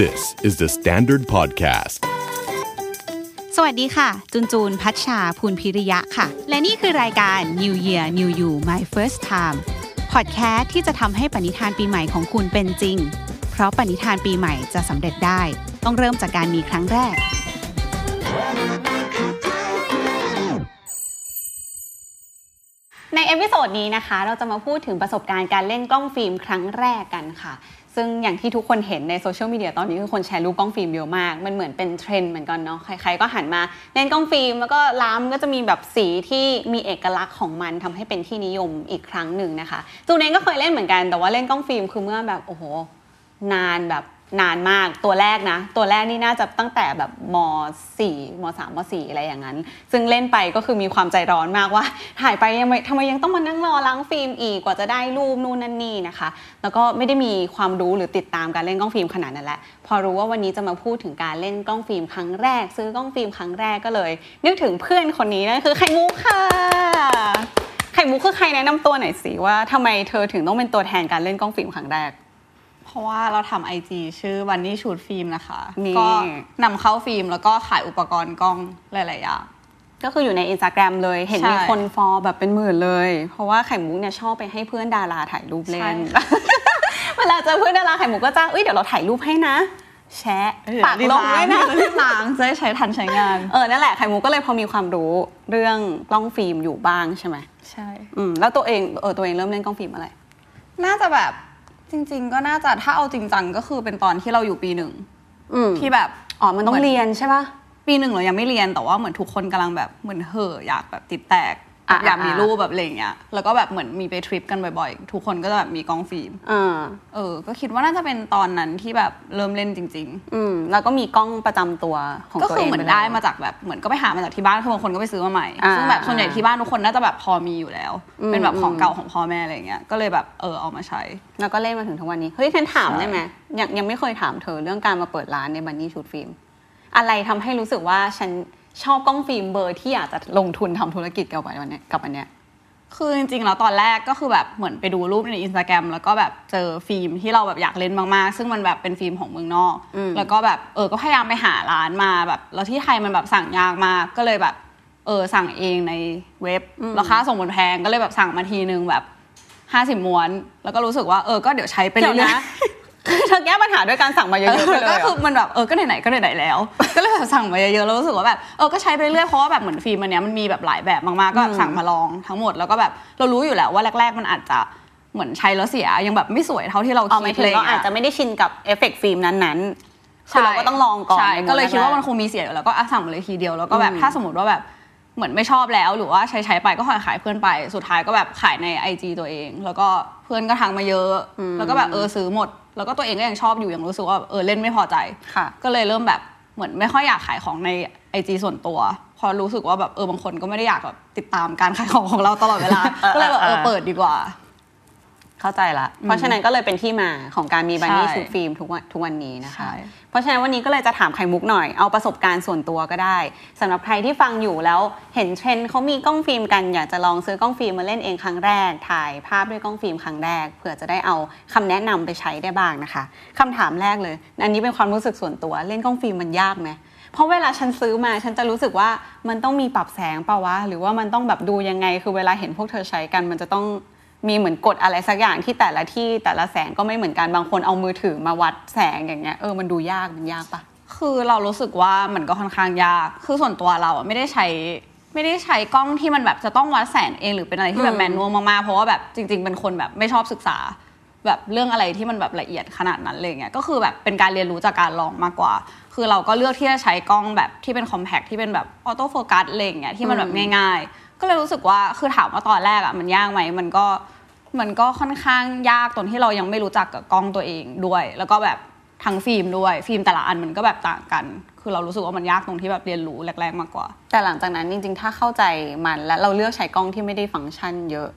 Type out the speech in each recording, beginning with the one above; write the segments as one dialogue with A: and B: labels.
A: This is the Standard Podcast.
B: สวัสดีค่ะ จูนจูนพัชชาภูลพิริยะค่ะ และนี่คือรายการ New Year New You My First Time พอดแคสต์ที่จะทำให้ปณิธานปีใหม่ของคุณเป็นจริง เพราะปณิธานปีใหม่จะสำเร็จได้ ต้องเริ่มจากการมีครั้งแรก ในเอพิโซดนี้นะคะ เราจะมาพูดถึงประสบการณ์การเล่นกล้องฟิล์มครั้งแรกกันค่ะ ซึ่งอย่างที่ทุกคนเห็นในโซเชียลมีเดียตอนนี้คือคนแชร์รูปกล้องฟิล์มเยอะมาก มันเหมือนเป็นเทรนด์เหมือนกันเนาะใครๆก็หันมาเล่นกล้องฟิล์มแล้วก็ล้ามก็จะมีแบบสีที่มีเอกลักษณ์ของมันทำให้เป็นที่นิยมอีกครั้งหนึ่งนะคะจูนเองก็เคยเล่นเหมือนกันแต่ว่าเล่นกล้องฟิล์มคือเมื่อแบบโอ้โห นานแบบนานมากตัวแรกนะ ตัวแรกนี่น่าจะตั้งแต่แบบม4ม3ม4อะไรอย่างนั้น ซึ่งเล่นไปก็คือมีความใจร้อนมาก ว่า ถ่ายไปยังไงทำไมยังต้องมานั่งรอล้างฟิล์มอีกกว่าจะได้รูปนู่นนั่นนี่นะคะ แล้วก็ไม่ได้มีความรู้หรือติดตามการเล่นกล้องฟิล์มขนาดนั้นแหละพอรู้ว่าวันนี้จะมาพูดถึงการเล่นกล้องฟิล์มครั้งแรก ซื้อกล้องฟิล์มครั้งแรกก็เลย นึกถึงเพื่อนคนนี้นั่นคือไข่มุกค่ะไข่มุกคือใครแนะนำตัวหน่อยสิว่าทำไมเธอถึงต้องเป็นตัวแทนการเล่นกล้องฟิล์มครั้งแรก
C: เพราะว่าเราทำไอจีชื่อวันนี่ชูดฟิล์มนะคะ
B: นี่
C: ก็นำเข้าฟิล์มแล้วก็ขายอุปกรณ์กล้องหลายๆอย่าง
B: ก็คืออยู่ในอินสตาแกรมเลยเห็น
C: ใช่
B: มีคนฟอลแบบเป็นหมื่นเลย เพราะว่าไข่มุกเนี่ยชอบไปให้เพื่อนดาราถ่ายรูปเล่น เวลาเจอเพื่อนดาราไข่มุกก็จะเอ้ยเดี๋ยวเราถ่ายรูปให้นะ แชะปากลงด้วยนะ
C: รีบล้างจะได้ใช้ทันใช้งาน
B: เออนั่นแหละไข่มุกก็เลยพอมีความรู้เรื่องกล้องฟิล์มอยู่บ้างใช่ไหม
C: ใช่
B: อืมแล้วตัวเองเออตัวเองเริ่มเล่นกล้องฟิล์มอะไร
C: น่าจะแบบจริง ๆ ก็น่าจะถ้าเอาจริงจังก็คือเป็นตอนที่เราอยู่ปีหนึ่ง
B: อืม
C: ที่แบบ
B: อ๋อมันต้อง
C: ห
B: เรียนใช่ปะ
C: ปีหนึ่งเรายังไม่เรียนแต่ว่าเหมือนทุกคนกำลังแบบเหมือนเห่ออยากแบบติดแตก
B: อ่ะ
C: อยากมี
B: อ่ะ
C: รูปแบบอะไรอย่างเงี้ยแล้วก็แบบเหมือนมีไปทริปกันบ่อยๆ ทุกคนก็จะแบบมีกล้องฟิล์ม
B: อ่า
C: เออ ก็คิดว่าน่าจะเป็นตอนนั้นที่แบบเริ่มเล่นจริง ๆ
B: อืมแล้วก็มีกล้องประจำตัวของ
C: ก็
B: ตัว
C: คื
B: เอ
C: อง เหมือ
B: ป
C: น
B: ลย
C: ได้มาจากแบบเหมือนก็ไปหามาจากที่บ้านคือบางคนก็ไปซื้อมาใหม่
B: อ่า
C: ซึ่งแบบส่วนใหญ่ที่บ้านทุกคนน่าจะแบบพอมีอยู่แล้ว
B: อืม
C: เป็นแบบของเก่าของพ่อแม่อะไรอย่างเงี้ยก็เลยแบบเออเอามาใช้
B: แล้วก็เล่นมาถึงทุกวันนี้ เฮ้ยฉันถาม
C: ใช่
B: ได้ไหมยังยังไม่เคยถามเธอเรื่องการมาเปิดร้านในบันนี่ชูดฟิล์ม อะไรทำให้รู้สึกว่าฉันชอบกล้องฟิล์มเบอร์ที่อยากจะลงทุนทำธุรกิจกับมันเนี้ยกับอันเนี้ย
C: คือจริงๆแล้วตอนแรกก็คือแบบเหมือนไปดูรูปในอินสตาแกรมแล้วก็แบบเจอฟิล์มที่เราแบบอยากเล่นมากๆ ซึ่งมันแบบเป็นฟิล์มของเมืองนอก
B: อืม
C: แล้วก็แบบเออก็พยายามไปหาร้านมาแบบแล้วที่ไทยมันแบบสั่งยากมากก็เลยแบบเออสั่งเองในเว็บราคาส่งบนแพงก็เลยแบบสั่งมาทีนึงแบบห้าสิบม้วน แล้วก็รู้สึกว่าเออก็เดี๋ยวใช้ไป
B: เป็น
C: เรื่อย
B: นะ
C: ๆ
B: คือเธอแก้ปัญหาด้วยการสั่งมาเยอะๆไปเลย
C: ก็
B: เหร
C: คือ
B: อ
C: มันแบบเออก็ไหนๆก็ไหนๆ แล้ว ก็เลยแบบสั่งมาเยอะๆแล้วรู้สึกว่าแบบเออก็ใช้ไปเรื่อยเพราะว่าแบบเหมือนฟิล์มอันเนี้ยมันมีแบบหลายแบบมากๆก็แบบสั่งมาลองทั้งหมดแล้วก็แบบเรารู้อยู่แล้วว่าแรก ๆ มันอาจจะเหมือนใช้แล้วเสียยังแบบไม่สวยเท่าที่เรา
B: เอา
C: คิ
B: ไม่
C: ด
B: ถึง
C: เลย
B: ก็อาจ
C: อะ
B: จะไม่ได้ชินกับเอฟเฟกต์ฟิล์มนั้นๆคือเราก็ต้องลองก่อน
C: ใช่
B: ในหม
C: ก็เลยคิดว่า
B: แรกๆ
C: มันคงมีเสียอยู่แล้วก็อ่ะสั่งมาเลยทีเดียวแล้วก็แบ
B: อื
C: บ
B: ม
C: ถ้าสมมติว่าแบบเหมือนไม่ชอบแล้วหรือว่าใช้ใช้ๆไปก็ขายๆเพื่อนไปสุดท้ายก็แบบขายใน IG ตัวเอง แล้วก็เพื่อนก็ทักมาเยอะ แล้วก็แบบเออซื้อหมด แล้วก็ตัวเองก็ยังชอบอยู่ยังรู้สึกว่าเออเล่นไม่พอใจ
B: ค่ะ
C: ก็เลยเริ่มแบบเหมือนไม่ค่อยอยากขายของในไอจีส่วนตัว พอรู้สึกว่าแบบเออบางคนก็ไม่ได้อยากแบบติดตามการขายของของเราตลอดเว ลา
B: เออ
C: ก็เลยแบบเอ
B: เออ
C: อ
B: เออ
C: เปิดดีกว่า
B: เข้าใจละ เพราะฉะนั้นก็เลยเป็นที่มาของการมีบันนี่
C: ใช่
B: ชูดฟิล์มทุกวันทุกวันนี้นะคะ
C: ใช่
B: เพราะฉะนั้นวันนี้ก็เลยจะถามไข่มุกหน่อย เอาประสบการณ์ส่วนตัวก็ได้สำหรับใครที่ฟังอยู่แล้วเห็นเทรนด์เขามีกล้องฟิล์มกันอยากจะลองซื้อกล้องฟิล์มมาเล่นเองครั้งแรก ถ่ายภาพด้วยกล้องฟิล์มครั้งแรกเผื่อจะได้เอาคำแนะนำไปใช้ได้บ้างนะคะคำถามแรกเลย อันนี้เป็นความรู้สึกส่วนตัวเล่นกล้องฟิล์มมันยากไหมเพราะเวลาฉันซื้อมาฉันจะรู้สึกว่ามันต้องมีปรับแสงเปล่าวะหรือว่ามันต้องแบบดูยังไง คือเวลาเห็นพวกเธอใช้กันมันจะต้อง มีเหมือนกฎอะไรสักอย่างที่แต่ละที่แต่ละแสงก็ไม่เหมือนกันบางคนเอามือถือมาวัดแสงอย่างเงี้ยเออมันดูยากมันยากปะ
C: คือเรารู้สึกว่ามันก็ค่อนข้างยาก คือส่วนตัวเราอะไม่ได้ใช้ไม่ได้ใช้กล้องที่มันแบบจะต้องวัดแสงเองหรือเป็นอะไรที่แบ
B: อื
C: บ
B: ม
C: แมนนวลมากๆ เพราะว่าแบบจริง ๆ เป็นคนแบบไม่ชอบศึกษา แบบเรื่องอะไรที่มันแบบละเอียดขนาดนั้นเลยเงี้ย ก็คือแบบเป็นการเรียนรู้จากการลองมากกว่า คือเราก็เลือกที่จะใช้กล้องแบบที่เป็นคอมแพคที่เป็นแบบออโต้โฟกัสอะไรอย่างเงี้ยที่มันแบบง่าย ๆ ก็เลยรู้สึกว่าคือถามว่าตอนแรกอะมันยากไหมมันก็มันก็ค่อนข้างยากตอนที่เรายังไม่รู้จักกับกล้องตัวเองด้วย แล้วก็แบบ ทั้งฟิล์มด้วยฟิล์มแต่ละอันมันก็แบบต่างกัน คือเรารู้สึกว่ามันยากตรงที่แบบเรียนรู้แรกๆมากกว่า
B: แต่หลังจากนั้นจริงๆ ถ้าเข้าใจมันและเราเลือกใช้กล้องที่ไม่ได้ฟังก์ชันเยอะ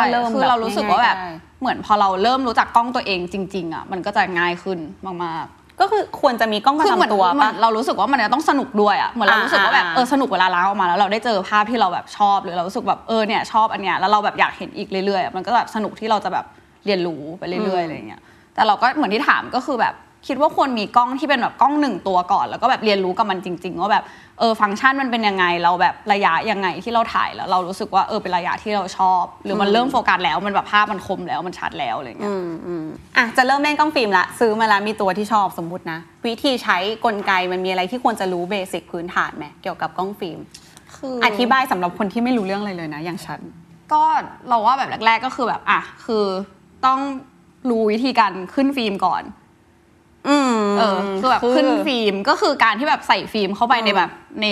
B: ก็เริ่ม
C: คือ
B: แบบ
C: เรารู้สึกว่าแบบ
B: ง่าย
C: เหมือนพอเราเริ่มรู้จักกล้องตัวเองจริงๆอ่ะมันก็จะง่ายขึ้นมาก
B: ก็คือควรจะมีกล้อง
C: ๆ
B: ประ
C: คือเหมือน
B: จำตัว
C: เหมือ
B: ปะ
C: นเรารู้สึกว่ามันจะต้องสนุกด้วยอ่ะเหมือนเรา
B: อ่า
C: รู้สึกว่าแบบ
B: อ่า
C: เออสนุกเวลาล้างออกมาแล้วเราได้เจอภาพที่เราแบบชอบ หรือเรารู้สึกแบบเออเนี่ยชอบอันเนี้ยแล้วเราแบบอยากเห็นอีกเรื่อยๆอะมันก็แบบสนุกที่เราจะแบบเรียนรู้ไปเรื่อยๆอะไรอย่างเงี้ยแต่เราก็เหมือนที่ถามก็คือแบบ คิดว่าควรมีกล้องที่เป็นแบบกล้องหนึ่งตัวก่อน แล้วก็แบบเรียนรู้กับมันจริง ๆ ว่าแบบเออฟังก์ชันมันเป็นยังไงเราแบบระยะยังไงที่เราถ่ายแล้วเรารู้สึกว่าเออเป็นระยะที่เราชอบ หรือมันเริ่มโฟกัสแล้วมันแบบภาพมันคมแล้วมันชัดแล้วอะไรเงี้ย
B: อืมอืมอ่ะจะเริ่มเล่นกล้องฟิล์มละซื้อมาละมีตัวที่ชอบสมมตินะ วิธีใช้กลไกมันมีอะไรที่ควรจะรู้เบสิกพื้นฐานไหมเกี่ยวกับกล้องฟิล์ม
C: คือ
B: อ
C: อ
B: ธิบายสำหรับคนที่ไม่รู้เรื่องอะไรเลยนะ อย่างฉัน
C: ก็เราว่าแบบแรก ๆ ก็คือแบบอ่ะคือต้องรู้วิธีการขึ้นฟิล์มก่อน
B: อืม
C: เออคือแบบขึ้นฟิล์มก็คือการที่แบบใส่ฟิล์มเข้าไป
B: อืม
C: ในแบบใน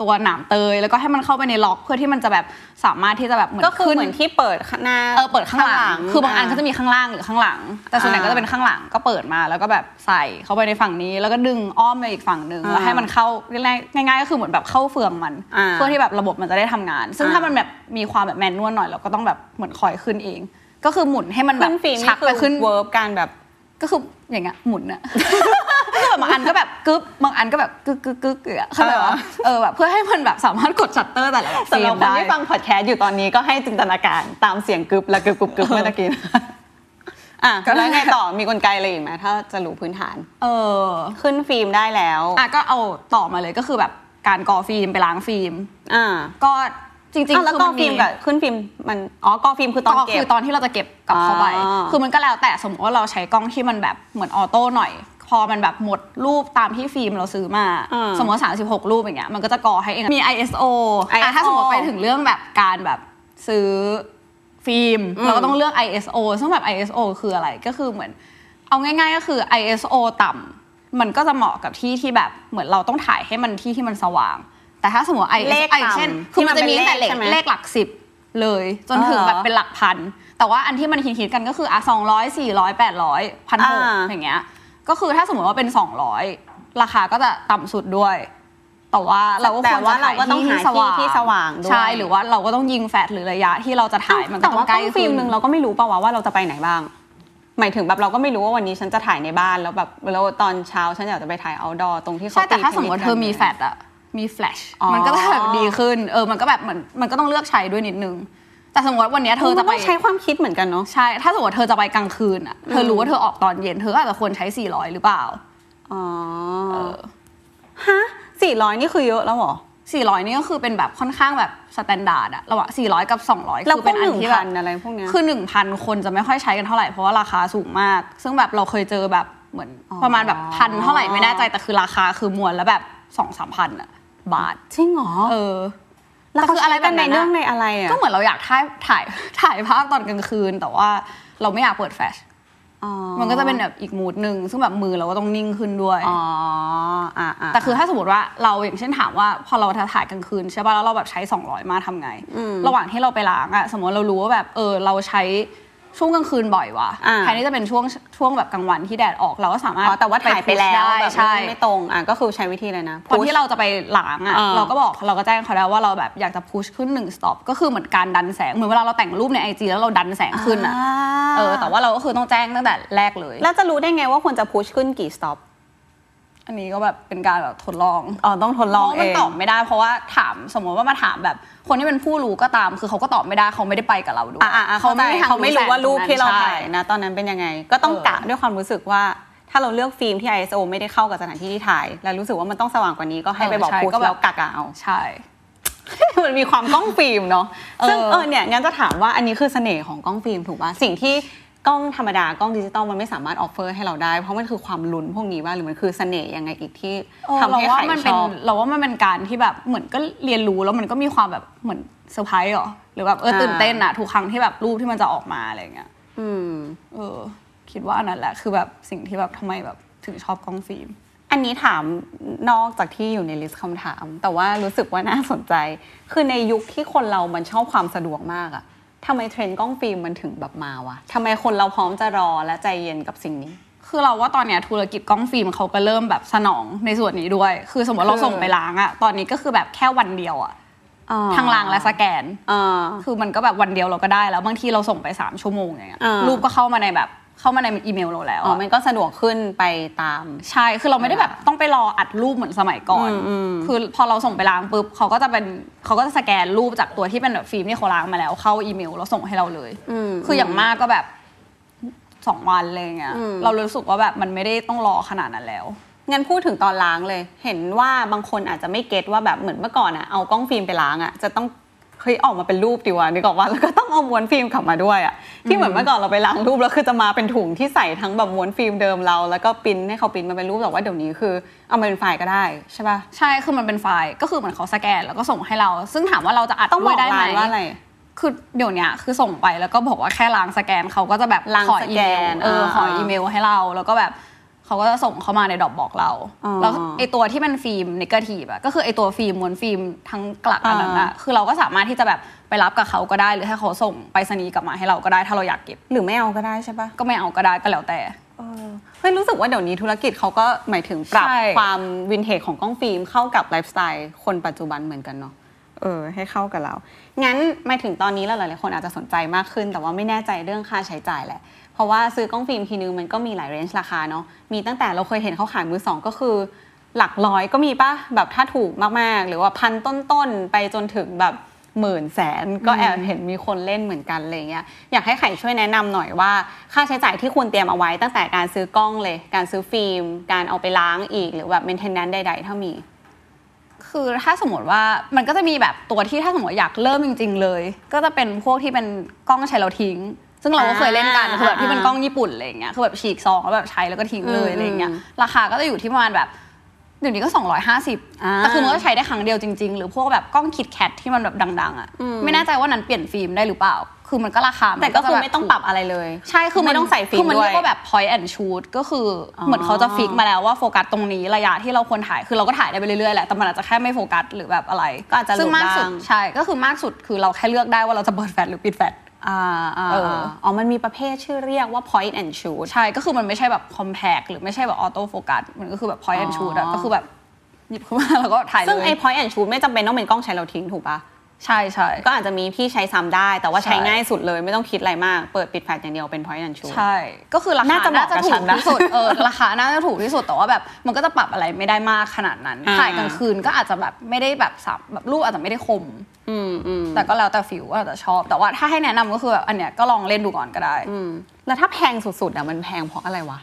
C: ตัวหนามเตย แล้วก็ให้มันเข้าไปในล็อกเพื่อที่มันจะแบบสามารถที่จะแบบเหมือน
B: ก็คือ
C: ขึ้น
B: เหมือนที่เปิดหน้า
C: เออเปิดข้างหลัง คือบางอันก็จะ
B: มี
C: มีข้างล่างหรือข้างหลัง แต่ส่วนใหญ่
B: อ่า
C: ก็จะเป็นข้างหลังก็เปิดมาแล้วก็แบบใส่เข้าไปในฝั่งนี้ แล้วก็ดึงอ้อมไปอีกฝั่งหนึ่ง
B: อ่า
C: แล้วให้มันเข้าง่ายๆง่ายๆก็คือเหมือนแบบเข้าเฟืองมัน
B: อ่า
C: เพื่อที่แบบระบบมันจะได้ทำงาน ซึ่ง
B: อ่า
C: ถ้ามันแบบมีความแบบแมนนวลหน่อยเราก็ต้องแบบเหมือนคอยขึ้นเอง ก็คือหมุนให้มันแบ
B: ขึ้
C: บ
B: นฟิล์ม
C: ชักไป
B: นี่คื
C: ขึ้
B: อน เวิร์บการแบบ
C: ก็คืออย่างเงี้ยหมุนอะ ก็คือแบบบางอันก็แบบกึ๊บบางอันก็แบบกึ๊กกึ๊กกึ๊กอย่างเงี้ยเข้าใจปะเออแบบเพื่อให้มันแบบสามารถกดชัตเตอร์แต่ละแบบ
B: สำหรับ
C: เฟม
B: คน
C: ได้
B: ที่ฟังพอดแคสต์อยู่ตอนนี้ก็ให้จินตนาการตามเสียงกรึบและกรึบกรึบกรึบเมื่อตะกี้อ่ะแล้วไงต่อมีกลไกอะไรอีกไหมถ้าจะรู้พื้นฐาน
C: เออ
B: ขึ้นฟิล์มได้แล้ว
C: อ่ะก็เอาต่อมาเลยก็คือแบบการกอฟิล์มไปล้างฟิล์ม
B: อ่า
C: ก็จริงๆ
B: อ่ะแล้วก็
C: น
B: ฟิล์มกับขึ้นฟิล์มมันอ๋อกอฟิล์มคือตอน
C: ก็
B: เก็
C: คื
B: บ
C: อตอนที่เราจะเก็บกลับเข้าไป
B: อ่า
C: คือมันก็แล้วแต่สมมติว่าเราใช้กล้องที่มันแบบเหมือนออโต้หน่อย พอมันแบบหมดรูปตามที่ฟิล์มเราซื้อมา
B: อ่า
C: สมมติ36 รูปอย่างเงี้ยมันก็จะกอให้เองมี ISO อ่ะ
B: ISO
C: ถ้าสมมติไปถึงเรื่องแบบการแบบซื้อฟิล์ม
B: อืม
C: เราก็ต้องเลือก ISO ซึ่งแบบ ISO คืออะไรก็คือเหมือน เอาง่าย ๆ ก็คือ ISO ต่ำมันก็จะเหมาะกับที่ที่แบบเหมือนเราต้องถ่ายให้มันที่ที่มันสว่าง แต่ถ้าสมมติ ISO
B: เลขต่ำ
C: อ่ะอย่างเช่นคือมันจะมีตั้งแต่เลข
B: ที่มันเป็นเลขใช่ไหม
C: เลขหลักสิบเลย จนถึงแบบเป็นหลักพัน แต่ว่าอันที่มันคิดๆกันก็คืออ่ะสองร้อยสี่ร้อยแปดร้อยพันหก
B: อ่า
C: อย่างเงี้ย ก็คือถ้าสมมติว่าเป็นสองร้อยราคาก็จะต่ำสุดด้วย แต่ว่าเราก็
B: แต่
C: ควร
B: ว่า
C: จะ
B: เรา
C: ถ่าย
B: ก็ต้องหา
C: ที่
B: ที่ที่สว่างด้วย
C: ใช่หรือว่าเราก็ต้องยิงแฟลชหรือระยะที่เราจะถ่ายมันก็
B: แต่
C: ต้อ
B: ว่าง ก
C: ใก
B: ล้
C: ล้
B: องฟิ
C: ขึ้
B: ล์ม
C: น
B: หนึ่งเราก็ไม่รู้ป่าวะว่าเราจะไปไหนบ้าง หมายถึงแบบเราก็ไม่รู้ว่าวันนี้ฉันจะถ่ายในบ้านแล้วแบบแล้วตอนเช้าฉันอยากจะไปถ่ายเอาดอตรงที่เขา
C: ใช่ แต่ถ้า
B: ตี
C: สมมติ
B: เทนนิ
C: เธอ
B: กัน
C: มีแฟต
B: นี่ย
C: อะมีแฟลช
B: อ๋อ
C: มันก็จะแบบดีขึ้น เออ มันก็แบบเหมือนมันก็ต้องเลือกใช้ด้วยนิดนึง แต่สมมติว่าวันเนี้ยเธอจะไป
B: มันก็ใช้ความคิดเหมือนกันเนาะ
C: ใช่ ถ้าสมมติว่าเธอจะไปกลางคืนอะเธอรู้ว่าเธอออกตอนเย็น เธอก็อาจจะควรใช้ 400 หรือเปล่า
B: อ๋อ
C: เออ
B: ฮะสี่ร้อยนี่คือเยอะแล้วเหรอ
C: 400 นี่ก็คือเป็นแบบค่อนข้างแบบสแตนดาร์ดอะระหว่าง400 กับ 200
B: แล้ว
C: คือ
B: พว
C: เป็
B: ก
C: น
B: ห
C: อัน
B: นึ่ง
C: ที่แบ
B: พั
C: บ
B: นอะไรพวกเนี้ย
C: คือ 1,000 คนจะไม่ค่อยใช้กันเท่าไหร่ เพราะว่าราคาสูงมาก ซึ่งแบบเราเคยเจอแบบเหมือน
B: อ๋อ
C: ประมาณแบบพันเท่าไหร่ไม่แน่ใจ แต่คือราคาคือมวลแล้วแบบสองสามพันอะบาท
B: จริงเหรอ
C: เออ
B: แล้วเขา
C: แต่คือ
B: อะ
C: อะไร ไร
B: กั
C: แบบนั้น นอะ
B: ในเรื่องในอะไรอ่ะ
C: ก็เหมือนเราอยากถ่ายถ่ายถ่ายภาพตอนกลางคืน แต่ว่าเราไม่อยากเปิดแฟลช
B: อ๋อ
C: มันก็จะเป็นแบบอีกมูดหนึ่งซึ่งแบบมือเราก็ต้องนิ่งขึ้นด้วย
B: อ๋ออ่ะะ
C: แต่คือถ้าสมมติว่าเราอย่างเช่นถามว่าพอเราถ่ายกลางคืนใช่ป่ะแล้วเราแบบใช้ 200 มาทำไง
B: อืม
C: ระหว่างที่เราไปล้างอะสมมติเรารู้ว่าแบบเออเราใช้ช่วงกลางคืนบ่อยว่ะ
B: อ่า
C: แทนที่จะเป็นช่วงช่วงแบบกลางวันที่แดดออกเราก็สามารถ
B: อ๋อแต่ว่าถ่ายไปแล้ว
C: ด้
B: แบบ
C: ใช่
B: ไม่ตรงอ่ะก็คือใช้วิธีอะไรนะ
C: ตอนที่เราจะไปล้างอ่ะ
B: อ่า
C: เราก็บอกเราก็แจ้งเขาแล้วว่าเราแบบอยากจะพุชขึ้นหนึ่งสต็อปก็คือเหมือนการดันแสง เหมือนเวลาเราแต่งรูปในไอจีแล้วเราดันแสงขึ้นอ่ะ
B: า
C: เออแต่ว่าเราก็คือต้องแจ้งตั้งแต่แรกเลย
B: แล้วจะรู้ได้ไงว่าควรจะพุชขึ้นกี่สต็อป
C: อันนี้ก็แบบเป็นการแบบทดลอง
B: อ๋อต้องทดลอง
C: เพราะ
B: เอ
C: มัน
B: ง
C: ตอบไม่ได้เพราะว่าถามสมมติว่ามาถามแบบ คนที่เป็นผู้รู้ก็ตาม คือเขาก็ตอบไม่ได้เขาไม่ได้ไปกับเราด้วย
B: อ่ะอ่ะอ่ะเขาไม่
C: ด้ทง
B: เขาไม่รู้ว่ารูปที่เราถ่าย
C: ใช่
B: นะตอนนั้นเป็นยังไง ก็ต้อง
C: เออ
B: กะด้วยความรู้สึกว่า ถ้าเราเลือกฟิล์มที่ ISO ไม่ได้เข้ากับสถานที่ที่ถ่าย แล้วรู้สึกว่ามันต้องสว่างกว่านี้ก็ให้ไปบอกพุชแล้วกะกะเอา
C: ใช่
B: มันมีความกล้องฟิล์มเนาะ
C: เออ
B: ซึ่งเออเนี่ยงั้นจะถามว่าอันนี้คือเสน่ห์ของกล้องฟิล์มถูกป่ะ สิ่งที่กล้องธรรมดากล้องดิจิตอลมันไม่สามารถออฟเฟอร์ให้เราได้ เพราะมันคือความลุ้นพวกนี้ว่าหรือมันคือเสน่ห์ยังไงอีกที่ทำ
C: เรา
B: ให้
C: ว่า
B: ใคร
C: มัน
B: ช
C: เป็น
B: อบ
C: เราว่ามันเป็นการที่แบบเหมือนก็เรียนรู้แล้วมันก็มีความแบบเหมือนเซอร์ไพรส์เหรอหรือแบบเออ
B: อ่า
C: ตื่นเต้นอะทุกครั้งที่แบบรูปที่มันจะออกมาอะไรอย่างเงี้ย
B: อืม
C: เออ คิดว่าอันนั้นแหละคือแบบสิ่งที่แบบทำไมแบบถึงชอบกล้องฟิล์ม
B: อันนี้ถามนอกจากที่อยู่ในลิสต์คำถาม แต่ว่ารู้สึกว่าน่าสนใจ คือในยุคที่คนเรามันชอบความสะดวกมากอะทำไมเทรนด์กล้องฟิล์มมันถึงแบบมาวะทำไมคนเราพร้อมจะรอและใจเย็นกับสิ่งนี้
C: คือเราว่าตอนเนี้ยธุรกิจกล้องฟิล์มเขาก็เริ่มแบบสนองในส่วนนี้ด้วย คือสมมติเรา
B: คือ
C: ส่งไปล้างอะตอนนี้ก็คือแบบแค่วันเดียวอะทางล้างและสแกน
B: อ่า
C: คือมันก็แบบวันเดียวเราก็ได้แล้วบางทีเราส่งไป 3 ชั่วโมงอย่างเงี้ย
B: อ่า
C: รูปก็เข้ามาในแบบเข้ามาในอีเมลเราแล้ว
B: อ๋อ
C: อะ
B: มันก็สะดวกขึ้นไปตาม
C: ใช่ คือเราไม่ได้แบบต้องไปรออัดรูปเหมือนสมัยก่อน
B: อืมอืม
C: คือพอเราส่งไปล้างปุ๊บเขาก็จะเป็นเขาก็จะสแกนรูปจากตัวที่เป็นแบบฟิล์มที่เขาล้างมาแล้วเข้าอีเมลแล้วส่งให้เราเลย
B: ม
C: คืออย่างมากก็แบบ สองวันอะไรอย่างเงี้ย
B: อืม
C: เรารู้สึกว่าแบบมันไม่ได้ต้องรอขนาดนั้นแล้ว
B: งั้นพูดถึงตอนล้างเลย เห็นว่าบางคนอาจจะไม่เก็ตว่าแบบเหมือนเมื่อก่อนอะเอากล้องฟิล์มไปล้างอะจะต้องเฮ้ยออกมาเป็นรูปดีวะนึกออกว่าแล้วก็ต้องเอาม้วนฟิล์มกลับมาด้วยอะที่เหมือนเมื่อก่อนเราไปล้างรูปแล้วคือจะมาเป็นถุงที่ใส่ทั้งแบบม้วนฟิล์มเดิมเรา แล้วก็ปริ้นให้เขาปริ้นมาเป็นรูปแต่ว่าเดี๋ยวนี้คือเอามาเป็นไฟล์ก็ได้ใช่ปะ
C: ใช่คือมันเป็นไฟล์ก็คือเหมือนเขาสแกนแล้วก็ส่งให้เรา ซึ่งถามว่าเราจะอัด
B: ต้องบ
C: ไว้
B: อก
C: ได้ไหม
B: ร้านว่าอะไร
C: คือเดี๋ยวเนี้ยคือส่งไปแล้วก็บอกว่าแค่ล้างสแกนเขาก็จะแบบ
B: ล้าง
C: ขอ
B: ส
C: อี
B: แก
C: เม
B: น
C: ลเออ
B: อ่า
C: ขออีเมลให้เราแล้วก็แบบเขาก็จะส่งเข้ามาในดรอปบอกเรา
B: อ๋อ
C: แล้วไอตัวที่มันฟิล์มเนกาทีฟอะก็คือไอตัวฟิล์มม้วนฟิล์มทั้งกลักอันนั้นอะ
B: อ่า
C: คือเราก็สามารถที่จะแบบไปรับกับเขาก็ได้หรือให้เขาส่งไปสนีย์กลับมาให้เราก็ได้ถ้าเราอยากเก็บ
B: หรือไม่เอาก็ได้ใช่ปะ
C: ก็ไม่เอาก็ได้ก็แล้วแต่
B: เฮ้ยรู้สึกว่าเดี๋ยวนี้ธุรกิจเขาก็หมายถึงปรับ
C: ใช่
B: ความวินเทจของกล้องฟิล์มเข้ากับไลฟ์สไตล์คนปัจจุบันเหมือนกันเนาะเออ ให้เข้ากับเรา งั้นมาถึงตอนนี้แล้วหลายๆคนอาจจะสนใจมากขึ้น แต่ว่าไม่แน่ใจเรื่องค่าใช้จ่ายแหละ เพราะว่าซื้อกล้องฟิล์มทีนึงมันก็มีหลายเรนจ์ราคาเนาะมีตั้งแต่เราเคยเห็นเขาขายมือสองก็คือ หลักร้อยก็มีปะแบบถ้าถูกมากๆ หรือว่าพันต้นๆ ไปจนถึงแบบหมื่นแสน ก็แอบเห็นมีคนเล่นเหมือนกันอะไรเงี้ยอยากให้ไข่ช่วยแนะนำหน่อยว่า ค่าใช้จ่ายที่ควรเตรียมเอาไว้ตั้งแต่การซื้อกล้องเลย การซื้อฟิล์ม การเอาไปล้างอีก หรือแบบ maintenance ใดๆ ถ้ามี
C: คือถ้าสมมติว่ามันก็จะมีแบบตัวที่ถ้าสมมติอยากเริ่มจริง ๆ เลย ก็จะเป็นพวกที่เป็นกล้องใช้แล้วทิ้ง ซึ่งเราก็เคยเล่นกัน
B: อ่า
C: คือแบบที่เป็น
B: อ่าก
C: ล้องญี่ปุ่นอะไรอย่างเงี้ยคือแบบฉีกซองแล้วแบบใช้แล้วก็ทิ้งเลย
B: อืม
C: อะไรอย่างเงี้ย
B: อืม
C: ราคาก็จะอยู่ที่ประมาณแบบเดี๋ยวนี้ก็ 250
B: อ่า
C: แต่คือมันก็ใช้ได้ครั้งเดียวจริง ๆ หรือพวกแบบกล้องคิดแคทที่มันแบบดัง ๆอ่ะ
B: อืม
C: ไม่แน่ใจว่านั้นเปลี่ยนฟิล์มได้หรือเปล่า คือมันก็ราคามัน
B: แต่ก็คือ
C: จะ
B: ไม่ต้องปรับอะไรเลย
C: ใช่คือ
B: ไม่
C: น
B: ต้องใส่ฟิล์ม
C: คือมัน
B: ด้ว
C: เรี
B: ย
C: ยกว่าแบบ point and shoot ก็คืออ
B: อ
C: เหมือนเขาจะฟิกมาแล้วว่าโฟกัสตรงนี้ระยะที่เราควรถ่ายคือเราก็ถ่ายได้ไปเรื่อยๆแหละแต่มันอาจจะแค่ไม่โฟกัสหรือแบบอะไร
B: ก็อาจจะหลุ
C: ซึ่
B: ด
C: งมากสุด
B: บ้าง
C: ใช่ก็คือมากสุดคือเราแค่เลือกได้ว่าเราจะเปิดแฟลชหรือปิดแฟลช
B: อ่าอ่า
C: เออ
B: อ่าอ๋อมันมีประเภทชื่อเรียกว่า point and shoot
C: ใช่ก็คือมันไม่ใช่แบบคอมแพกหรือไม่ใช่แบบออโต้โฟกัสมันก็คือแบบ point
B: อ๋
C: and
B: อ
C: shoot อะก็คือแบบ หยิบขึ้นมา แล้วก็ถ่ายเล
B: ซึ่งไอ้
C: ย
B: point and shoot ไม่จำเป็นต้องเป็นกล้องใช้แล้วทิ้งถูกปะ
C: ใช่ใช่
B: ก็อาจจะมีที่ใช้ซ้ำได้แต่ว่าใช้
C: ใช่
B: ง่ายสุดเลยไม่ต้องคิดอะไรมาก เปิดปิดแฟลชอย่างเดียวเป็น point and shoot
C: ใช่ ก็คือราคา
B: น่าจะเหมาะกับ
C: ถู
B: ฉั
C: ก
B: นนะ
C: ที่สุดเออราค าน่าจะถูกที่สุดแต่ว่าแบบมันก็จะปรับอะไรไม่ได้มากขนาดนั้น
B: อ่า
C: ถ่ายกลางคืนก็อาจจะแบบไม่ได้แบบสับแบบรูปอาจจะไม่ได้คม
B: อืมอืม
C: แต่ก็แล้วแต่ฟิลว่าเราจะชอบ แต่ว่าถ้าให้แนะนำก็คือแบบอันเนี้ยก็ลองเล่นดูก่อนก็ได้
B: อืมแล้วถ้าแพงสุดๆอ่ะมันแพงเพราะอะไรวะ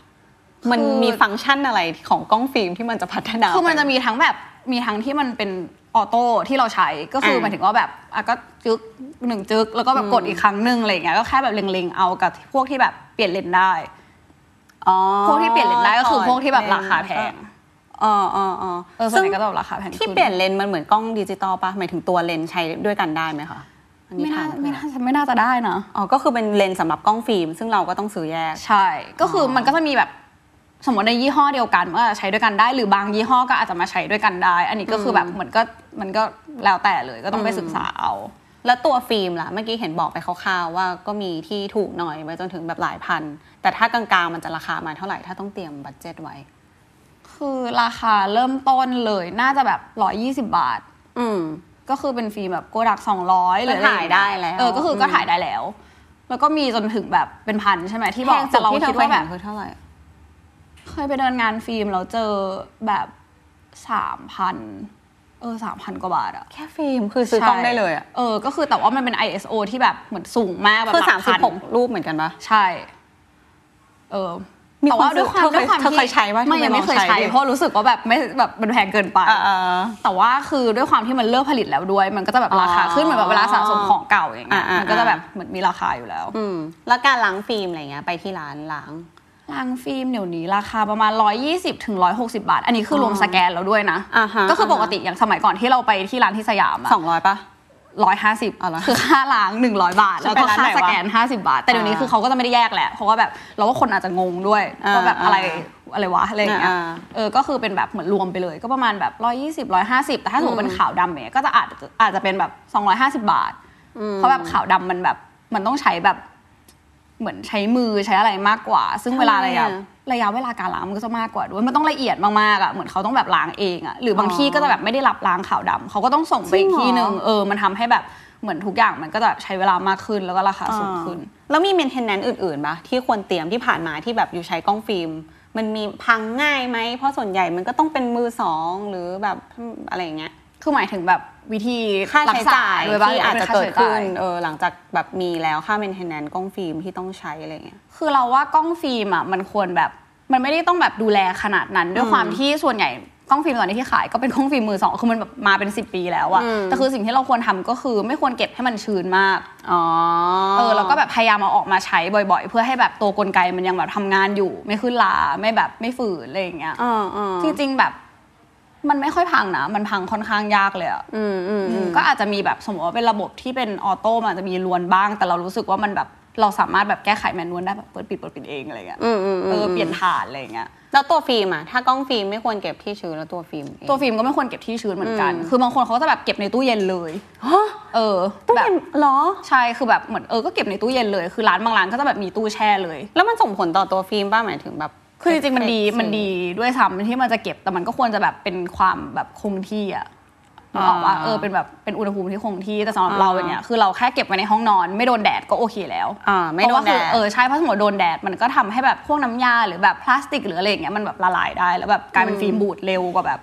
B: มัน
C: คือ
B: มีฟังก์ชันอะไรของกล้องฟิล์มที่มันจะพัฒนา
C: คือมันจะ
B: ไป
C: มีทั้งแบบมีทั้งที่มันเป็นออโต้ที่เราใช้ก็คืออาหมายถึงว่าแบบอ่ะก็จึกหนึ่งจึกแล้วก็แบบกด
B: อืม
C: อีกครั้งหนึ่งอะไรอย่างเงี้ยก็แค่แบบเล็งๆเอากับพวกที่แบบเปลี่ยนเลนส์ได้
B: อ๋อ
C: พวกที่เปลี่ยนเลนส์ได้ก็คือพวกที่แบบราคาแพง
B: อ๋ออ๋ออ๋อ
C: เออส่วนใหญ่ก็จะแบบราคาแพง
B: ที่
C: ขึ้
B: เปลี่ยนเลนส์มันเหมือนกล้องดิจิตอลปะหมายถึงตัวเลนส์ใช้ด้วยกันได้ไหมคะอั
C: ไม่น่า
B: ถ
C: ไม่น่าจะไม่น่าจะได้นะ
B: อ๋อก็คือเป็นเลนส์สำหรับกล้องฟิล์มซึ่งเราก็ต้องซื้อแยก
C: ใช่ก็คือมันก็จะมีแบบสมมติในยี่ห้อเดียวกันว่าใช้ด้วยกันได้หรือบางยี่ห้อก็อาจจะมาใช้ด้วยกันได้ อันนี้ก็คือแบบเหมือนก็มันก็แล้วแต่เลยก็ต้องไปศึกษาเอา
B: แล้วตัวฟิล์มล่ะ เมื่อกี้เห็นบอกไปคร่าวๆว่าก็มีที่ถูกหน่อยไปจนถึงแบบหลายพัน แต่ถ้ากลางๆมันจะราคามาเท่าไหร่ ถ้าต้องเตรียมบัตเจ็ตไว้
C: คือราคาเริ่มต้นเลยน่าจะแบบ 120 บาท
B: อืม
C: ก็คือเป็นฟิล์มแบบโกดัก200หรืออะรอง
B: ก็ถ่าย
C: เงี้
B: ได้แล้ว
C: เออก็คือก็
B: อืม
C: ถ่ายได้แล้ว แล้วก็มีจนถึงแบบเป็นพันใช่ไหมที่
B: ที่
C: บบ อ
B: อก ก
C: แต่
B: แต่
C: เรา
B: เรา
C: คิ
B: คิ
C: ด
B: ด
C: ว่า
B: ว่า
C: แบ
B: แบบ บคือเท่าไหร่
C: เคยไปเดินงานฟิล์มแล้วเจอแบบ3,000เออ3,000 กว่าบาทอะ
B: แค่ฟิล์มคือซื้อกล้อง
C: ใช่
B: ได้เลยอ่ะ
C: เออ ก็คือแต่ว่ามันเป็น ISO ที่แบบเหมือนสูงมากแบบ
B: คือ
C: ลั
B: สามสิ
C: พั
B: บ
C: น
B: หกรูปเหมือนกันปะ
C: ใช่ เออ
B: มี
C: แต่ว่า
B: คนซื้อ
C: ด้วยความด้วยความ
B: เธอเคยเธอเคยใช้ปะ
C: ไม่ยังไม่เคย
B: เธอลองใช้
C: ใช้
B: ดิ
C: เพราะรู้สึกว่าแบบไม่แบบมันแพงเกินไป
B: อ่าอ่า
C: แต่ว่าคือด้วยความที่มันเลิกผลิตแล้วด้วย มันก็จะแบบราคา
B: อ๋อ
C: ขึ้นเหมือนแบบเวลาสะสมของเก่าอย่างเงี้ย
B: อ่าอ่ามั
C: มันก็จะแบบเหมือนมีราคาอยู่แล้ว
B: อืม แล้วการล้างฟิล์มอะไรเงี้ยไปที่ร้านล้าง
C: ลางฟิล์มเดี๋ยวนี้ราคาประมาณ 120ถึง160 บาท อันนี้คือรวม
B: อ๋อ
C: สแกนแล้วด้วยนะ
B: อ่าฮะ
C: ก็คือปกติอย่างสมัยก่อนที่เราไปที่ร้านที่สยามอะ
B: สองร้อยปะ
C: ร้อยห้าสิบ
B: อ๋อเหรอ
C: คือค่าล้าง 100 บาท แล้วก็
B: ไปร้าน
C: ค่า
B: ไหนวะ
C: สแกน 50 บาท แต่เดี๋ยวนี้คือเขาก็จะไม่ได้แยกแหละเพราะว่าแบบเราว่าคนอาจจะงงด้วย
B: อ่า
C: ว่าแบบอะไรอะไรวะอะไรอย่างเงี้ย
B: อ่าอ่า
C: เออก็คือเป็นแบบเหมือนรวมไปเลย ก็ประมาณแบบ120 150แต่ถ้าสมมติเป็นขาวดำอย่างเนี่ยก็จะอาจอาจจะเป็นแบบ250 บาท
B: อืม
C: เพราะแบบขาวดำมันแบบมันต้องใช้แบบเหมือนใช้มือใช้อะไรมากกว่า ซึ่ง
B: ทำไม
C: เวลาระยะ
B: อะ
C: ระยะเวลาการล้างมันก็จะมากกว่าด้วยมันต้องละเอียดมากๆอ่ะเหมือนเขาต้องแบบล้างเองอ่ะหรือบาง
B: อ๋อ
C: ที่ก็จะแบบไม่ได้รับล้างขาวดำเขาก็ต้องส่งไปอีก
B: จริงเหรอ
C: ที่หนึ่งเออมันทำให้แบบเหมือนทุกอย่างมันก็จะแบบใช้เวลามากขึ้นแล้วก็ราคาสูงขึ้น
B: อ่าแล้วมีเมนเทนแนนซ์อื่นๆปะที่ควรเตรียมที่ผ่านมาที่แบบอยู่ใช้กล้องฟิล์ม มันมีพังง่ายไหม เพราะส่วนใหญ่มันก็ต้องเป็นมือสองหรือแบบอะไรอย่างเงี้ย
C: คือหมายถึงแบบ วิธี
B: ค่า
C: รั
B: ใช้
C: กษา
B: จ่าย
C: ด้วยบ้าง
B: ที่
C: หรืป็
B: อาจจะ
C: ค่
B: เกิด
C: ใช้
B: ขึ้
C: จ่าน ย
B: เออหลังจากแบบมีแล้วค่า maintenance กล้องฟิล์มที่ต้องใช้อะไรเงี้ย
C: คือเราว่ากล้องฟิล์มอ่ะมันควรแบบมันไม่ได้ต้องแบบดูแลขนาดนั้น ด้วยความที่ส่วนใหญ่กล้องฟิล์มตอนนี้ที่ขายก็เป็นกล้องฟิล์มมือสองคือมันแบบมาเป็น 10 ปีแล้วอะ
B: อืม
C: แต่คือสิ่งที่เราควรทำก็คือไม่ควรเก็บให้มันชื้นมาก
B: อ๋อ
C: เออแล้วก็แบบพยายามเอาออกมาใช้บ่อยๆ เพื่อให้แบบตัวกลไกมันยังแบบทำงานอยู่ ไม่ขึ้นลาไม่แบบไม่ฝืนอะไรอย่างเงี้ย
B: อ่าอ่า
C: จริงๆแบบมันไม่ค่อยพังนะมันพังค่อนข้างยากเลยอะ
B: อืมอืมอืม
C: ก็อาจจะมีแบบสมมติว่าเป็นระบบที่เป็นออโต้มันอาจจะมีลวนบ้าง แต่เรารู้สึกว่ามันแบบเราสามารถแบบแก้ไขแมนนวลได้แบบเปิดปิดเปิดปิดเองอะไรเงี้ย
B: อืมอืมอืม
C: เออเปลี่ยนฐานอะไรเงี้ย
B: แล้วตัวฟิล์มอะถ้ากล้องฟิล์มไม่ควรเก็บที่ชื้นแล้วตัวฟิล์มเอง
C: ตัวฟิล์มก็ไม่ควรเก็บที่ชื้นเหมือนกัน คือบางคนเขาก็จะแบบเก็บในตู้เย็นเลย
B: ฮะ
C: เออ
B: ตู้
C: แบบ
B: เย็นเหรอ
C: ใช่คือแบบเหมือนเออก็เก็บในตู้เย็นเลยคือร้านบางร้านก็จะแบบมีตู้แช่เลย
B: แล้วมันส่งผลต่อตัวฟิล์มบ้างหมายถึงแบบ
C: คือจริงๆมันดี
B: เอฟเฟกต์
C: มันดีด้วยซ้ำที่มันจะเก็บแต่มันก็ควรจะแบบเป็นความแบบคงที่อะนึกออกว่าเออเป็นแบบเป็นอุณหภูมิที่คงที่แต่สำหรับเราอย่างเนี้ยคือเราแค่เก็บไว้ในห้องนอน ไม่โดนแดดก็โอเคแล้ว
B: อ่าไม่โดน
C: เพ
B: แด
C: ราะว่า
B: ด
C: คือเออใช่เพราะสมมติโดนแดดมันก็ทำให้แบบพวกน้ำยาหรือแบบพลาสติกหรืออะไรอย่างเงี้ยมันแบบละลายได้ แล้วแบบกลายเป็นฟิล์มบูดเร็วกว่าแบบ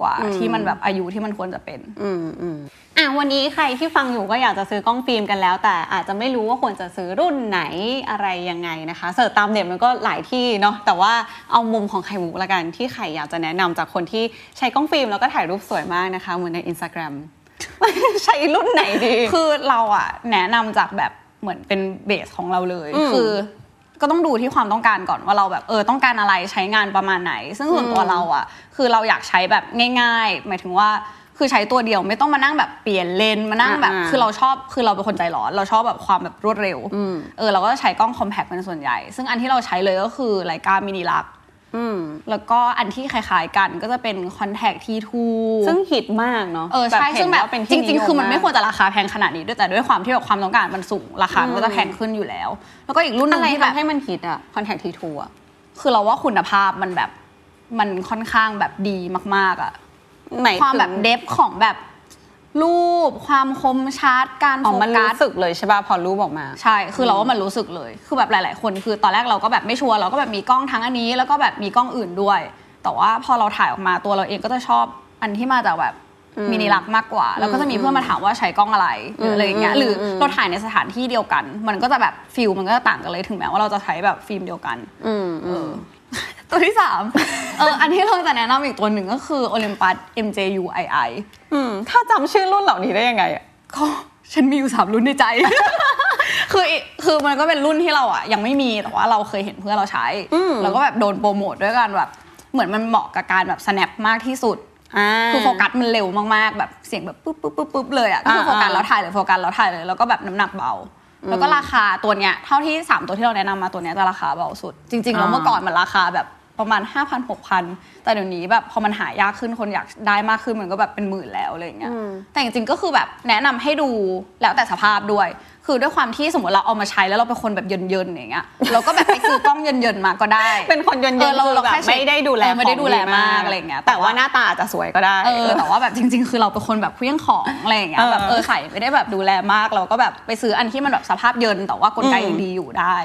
C: กว่า
B: อืม
C: ที่มันแบบอายุที่มันควรจะเป็น
B: อืมอืมอ่ะวันนี้ใครที่ฟังอยู่ก็อยากจะซื้อกล้องฟิล์มกันแล้ว แต่อาจจะไม่รู้ว่าควรจะซื้อรุ่นไหนอะไรยังไงนะคะเสิร์ชตามเน็ตมันก็หลายที่เนาะแต่ว่าเอามุมของไข่มุกละกันที่ไข่อยากจะแนะนำจากคนที่ใช้กล้องฟิล์มแล้วก็ถ่ายรูปสวยมากนะคะเหมือนใน Instagram ใช้รุ่นไหนดี
C: คือเราอะแนะนำจากแบบเหมือนเป็นเบสของเราเลย
B: อืม
C: คือ ก็ต้องดูที่ความต้องการก่อนว่าเราแบบเออต้องการอะไรใช้งานประมาณไหน ซึ่งส่วนตัวเราอะคือเราอยากใช้แบบง่าย ๆ หมายถึงว่าคือใช้ตัวเดียวไม่ต้องมานั่งแบบเปลี่ยนเลนส์มานั่งแบบ
B: อ่าๆ
C: คือเราชอบคือเราเป็นคนใจร้อน เราชอบแบบความแบบรวดเร็ว
B: อืม
C: เออเราก็จะใช้กล้องคอมแพคเป็นส่วนใหญ่ ซึ่งอันที่เราใช้เลยก็คือไลกามินิลัก
B: อืม
C: แล้วก็อันที่คล้ายๆกันก็จะเป็นคอนแทคทีทู
B: ซึ่งฮิตมากเนาะ
C: เออใช่
B: เห็น
C: ซึ่งแบบ
B: ว่าเป็น
C: จ
B: ที่
C: ริง ๆ คือมันไม่
B: ยาก
C: ควรจะราคาแพงขนาดนี้ด้วยแต่ด้วยความที่แบบความต้องการมันสูงราคา มันก็จะแพงขึ้นอยู่แล้ว แล้วก็อีกรุ่นหนึ่
B: อะ
C: ง
B: ไร
C: ที่แบบ
B: ทำให้มันฮิตอะคอนแทคทีทูอะ
C: คือเราว่าคุณภาพมันแบบมันค่อนข้างแบบดีมากๆอ่ะ
B: หมาย
C: ความแบบเดฟของแบบรูปความคมชัดการ
B: อ๋อ
C: โฟ
B: มัน
C: กัส
B: รู้สึกเลยใช่ป่ะพอรูปออกมา
C: ใช่คือเราว่ามันรู้สึกเลย คือแบบหลาย ๆ คนคือตอนแรกเราก็แบบไม่ชัวร์เราก็แบบมีกล้องทั้งอันนี้ แล้วก็แบบมีกล้องอื่นด้วย แต่ว่าพอเราถ่ายออกมาตัวเราเองก็จะชอบอันที่มาจากแบบ
B: อืม
C: มินิลัก มากกว่าแล้วก็จะมีเพื่อนมาถามว่าใช้กล้องอะไรหรืออะไรอย่างเงี้ย
B: อืม
C: หรืออ
B: ม
C: เราถ่ายในสถานที่เดียวกัน มันก็จะแบบฟิลมันก็จะต่างกันเลยถึงแม้ว่าเราจะใช้แบบฟิล์มเดียวกัน
B: อืม
C: เออตัวที่สามเอออันที่เราจะแนะนำอีกตัวหนึ่งก็คือ Olympus MJUII
B: อืมถ้าจำชื่อรุ่นเหล่านี้ได้ยังไงอะ
C: ก็ฉันมีอยู่สามรุ่นในใจ คืออีคือมันก็เป็นรุ่นที่เราอ่ะ ยังไม่มีแต่ว่าเราเคยเห็นเพื่อนเราใช้
B: อืม
C: เราก็แบบโดนโปรโมทด้วยกันแบบเหมือนมันเหมาะกับการแบบ snap มากที่สุด คือโฟกัสมันเร็วมากๆ แบบเสียงแบบปุ๊บปุ๊บปุ๊บปุ๊บเลยอ่ะก็คือโฟกัส
B: อ่า
C: แล้วถ่ายเลยโฟกัสแล้วถ่ายเลยแล้วก็แบบน้ำหนักเบา แล้วก็ราคาตัวเนี้ยเท่าที่ 3 ตัวที่เราแนะนำมาตัวเนี้ยจะราคาเบาสุด จริงๆแล้วเมื่อก่อนมันราคาแบบประมาณ 5 0 0 0 6,000 แต่เดี๋ยวนี้แบบพอมันหายากขึ้นคนอยากได้มากขึ้นมันก็แบบเป็นหมื่นแล้วอะไรอย่างเงี้ยแต่จริงๆก็คือแบบแนะนำให้ดูแล้วแต่สภาพด้วย คือด้วยความที่สมมติเราเอามาใช้แล้วเราเป็นคนแบบเยินๆอย่างเงี้ยเราก็แบบไปซื้อกล้องเยินๆมาก็ได้
B: เป็นคนเย็น
C: เออ
B: ๆ
C: เรา
B: คือ
C: เรา
B: แบบ
C: แค่เช็ค
B: ไม่ได้ดูแล
C: เออไม่ได้
B: ข
C: ดูแลมากอะไรอย่างเงี้ยแต่
B: แต่ว่า
C: ว่า
B: หน้าตาอาจจะสวยก็ได้
C: เออแต่ว่าแบบจริง ๆ คือเราเป็นคนแบบเคลี้ยงของอะไรอย่างเงี้ย
B: เออ
C: แบบเออใส่ไม่ได้แบบดูแลมาก เราก็แบบไปซื้ออันที่มันแบบสภาพเยินแต่ว่ากลไก
B: อืม
C: ยังดีอยู่ได้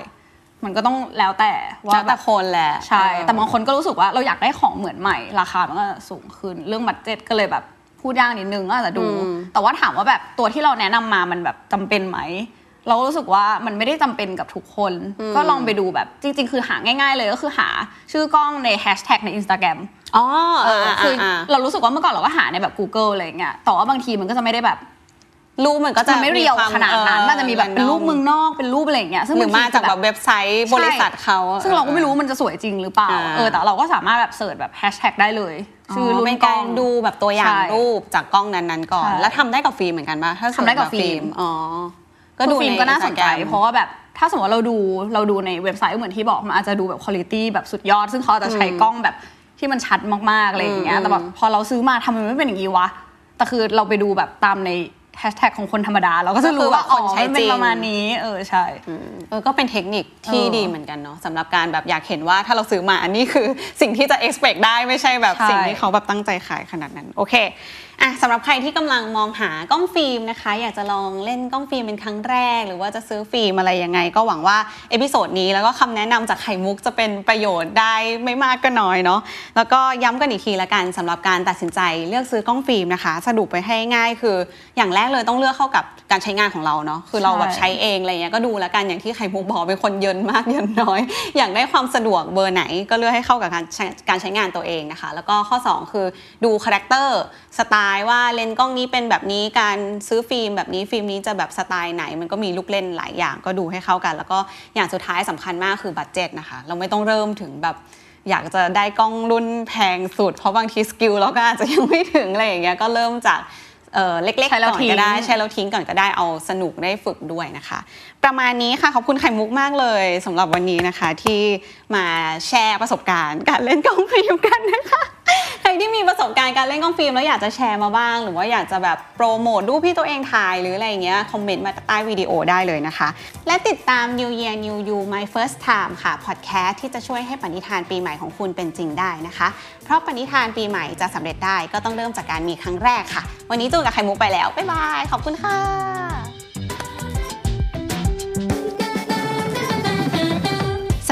C: มันก็ต้องแล้วแต่ว่า
B: แล้วแต่คนแหละ
C: ใช่
B: เออ
C: แต่บางคนก็รู้สึกว่าเราอยากได้ของเหมือนใหม่ ราคามันก็สูงขึ้นเรื่องบัตเจ็ตก็เลยแบบพูดยากนิดนึงก็อาจจะดู
B: อืม
C: แต่ว่าถามว่าแบบตัวที่เราแนะนำมามันแบบจำเป็นไหม เรารู้สึกว่ามันไม่ได้จำเป็นกับทุกคน ก็ลองไปดูแบบจริง ๆ คือหาง่ายๆเลยก็คือหาชื่อกล้องในแฮชแท็กใน Instagram
B: อ๋อ
C: เออ
B: คื
C: คือ อเรารู้สึกว่าเมื่อก่อนเราก็หาในแบบ Google อะไรอย่างเงี้ย แต่ว่าบางทีมันก็จะไม่ได้แบบ
B: รูปมันก็จะ
C: มันไม่เรียว
B: คว
C: ขนาดนั้น มันจะมีแบบเป็นรูปเมืองนอก เป็นรูปอะไรอย่างเงี้ย ซึ่ง
B: หรือบ
C: งที
B: มาจากแบบเว็บไซต์บริษัทเขา
C: ใช่ซึ่งเราก็ไม่รู้ว่ามันจะสวยจริงหรือเปล่า เออ แต่เราก็สามารถแบบเสิร์ชแบบแฮชแท็กได้เลย ชื่
B: ชื่
C: อ
B: อ
C: รุ่
B: รุ่
C: น
B: น
C: ก
B: ก
C: ล้
B: ล้
C: อ
B: อง งดูแบบตัวอย่าง
C: ใช่
B: รูปจากกล้องนั้นๆก่อน
C: ใช่
B: แล้วทำได้กับฟิล์มเหมือนกันปะถ้าสมม
C: ทำ
B: ติ
C: ได้กับฟิล์ม
B: อ๋อก็
C: ก็
B: ดู
C: ดูฟิล์มก็น่าสนใจ
B: ใ Instagram
C: เพราะว่าแบบถ้าสมมติว่าเราดูเราดูในเว็บไซต์เหมือนที่บอกมันอาจจะดูแบบคุณ i t y แบบสุดยอด ซึ่งเขาอาจจะใช้กล้องแบบที่มันชัดมากๆอะไรอย่างเงี้ย
B: อืม
C: แต่แบบพอเราซื้อมาทำไมไม่เป็นอย่างนี้วะแต่คือเราไปดูแบบตามในแฮชแท็กของคนธรรมดา เราก็จะรู้ว่า
B: ก็คือว่า
C: อ๋อ
B: คนใช้
C: มันเป็
B: จริ
C: น
B: ง
C: ประมาณนี้เออใช่
B: เออก็เป็นเทคนิคที่
C: เออ
B: ดีเหมือนกันเนาะสำหรับการแบบอยากเห็นว่าถ้าเราซื้อมาอันนี้คือสิ่งที่จะ expect ได้ไม่ใช่แบบ
C: ใช่
B: สิ่งที่เขาแบบตั้งใจขายขนาดนั้น โอเค อ่ะสำหรับใครที่กำลังมองหากล้องฟิล์มนะคะ อยากจะลองเล่นกล้องฟิล์มเป็นครั้งแรก หรือว่าจะซื้อฟิล์มอะไรยังไง ก็หวังว่าเอพิโซดนี้แล้วก็คำแนะนำจากไข่มุกจะเป็นประโยชน์ได้ไม่มากก็น้อยเนาะแล้วก็ย้ำกันอีกทีละกันสำหรับการตัดสินใจเลือกซื้อกล้องฟิล์มนะคะ สรุปไปให้ง่ายคือ อย่างแรกเลยต้องเลือกเข้ากับการใช้งานของเราเนาะคือเราแบบ
C: ใช่
B: ใช้เองอะไรเงี้ยก็ดูละกันอย่างที่ไข่มุกบอกเป็นคนเยินมากเยิ นน้อย อยากได้ความสะดวกเบอร์ไหนก็เลือกให้เข้ากับการใช้การใช้งานตัวเองนะคะ แล้วก็ข้อ 2 คือดูคาแรคเตอร์สไตล์ว่าเลนส์กล้องนี้เป็นแบบนี้การซื้อฟิล์มแบบนี้ฟิล์มนี้จะแบบสไตล์ไหน มันก็มีลูกเล่นหลายอย่างก็ดูให้เข้ากัน แล้วก็อย่างสุดท้ายสำคัญมากคือบัตเจ็ตนะคะ เราไม่ต้องเริ่มถึงแบบอยากจะได้กล้องรุ่นแพงสุด เพราะบางทีสกิลเราก็อาจจะยังไม่ถึงอะไรอย่างเงี้ยก็เริ่มจากเอ่อเล็กๆ
C: ใช้แล้ว
B: ก่อนก็ได้
C: ทิ้ง
B: ใช้แล้วทิ้งก่อนก็ได้เอาสนุกได้ฝึกด้วยนะคะ ประมาณนี้ค่ะ ขอบคุณไข่มุกมากเลยสำหรับวันนี้นะคะ ที่มาแชร์ประสบการณ์ การเล่นกล้องฟิล์มกันนะคะ ใครที่มีประสบการณ์การเล่นกล้องฟิล์มแล้วอยากจะแชร์มาบ้าง หรือว่าอยากจะแบบโปรโมทรูปที่ตัวเองถ่ายหรืออะไรอย่างเงี้ยคอมเมนต์มาใต้วิดีโอได้เลยนะคะ และติดตาม New Year New You My First Time ค่ะ พอดแคสต์ที่จะช่วยให้ปณิธานปีใหม่ของคุณเป็นจริงได้นะคะ เพราะปณิธานปีใหม่จะสำเร็จได้ก็ต้องเริ่มจากการมีครั้งแรกค่ะ วันนี้จูนกับไข่มุกไปแล้วบ๊ายบายขอบคุณค่ะ ส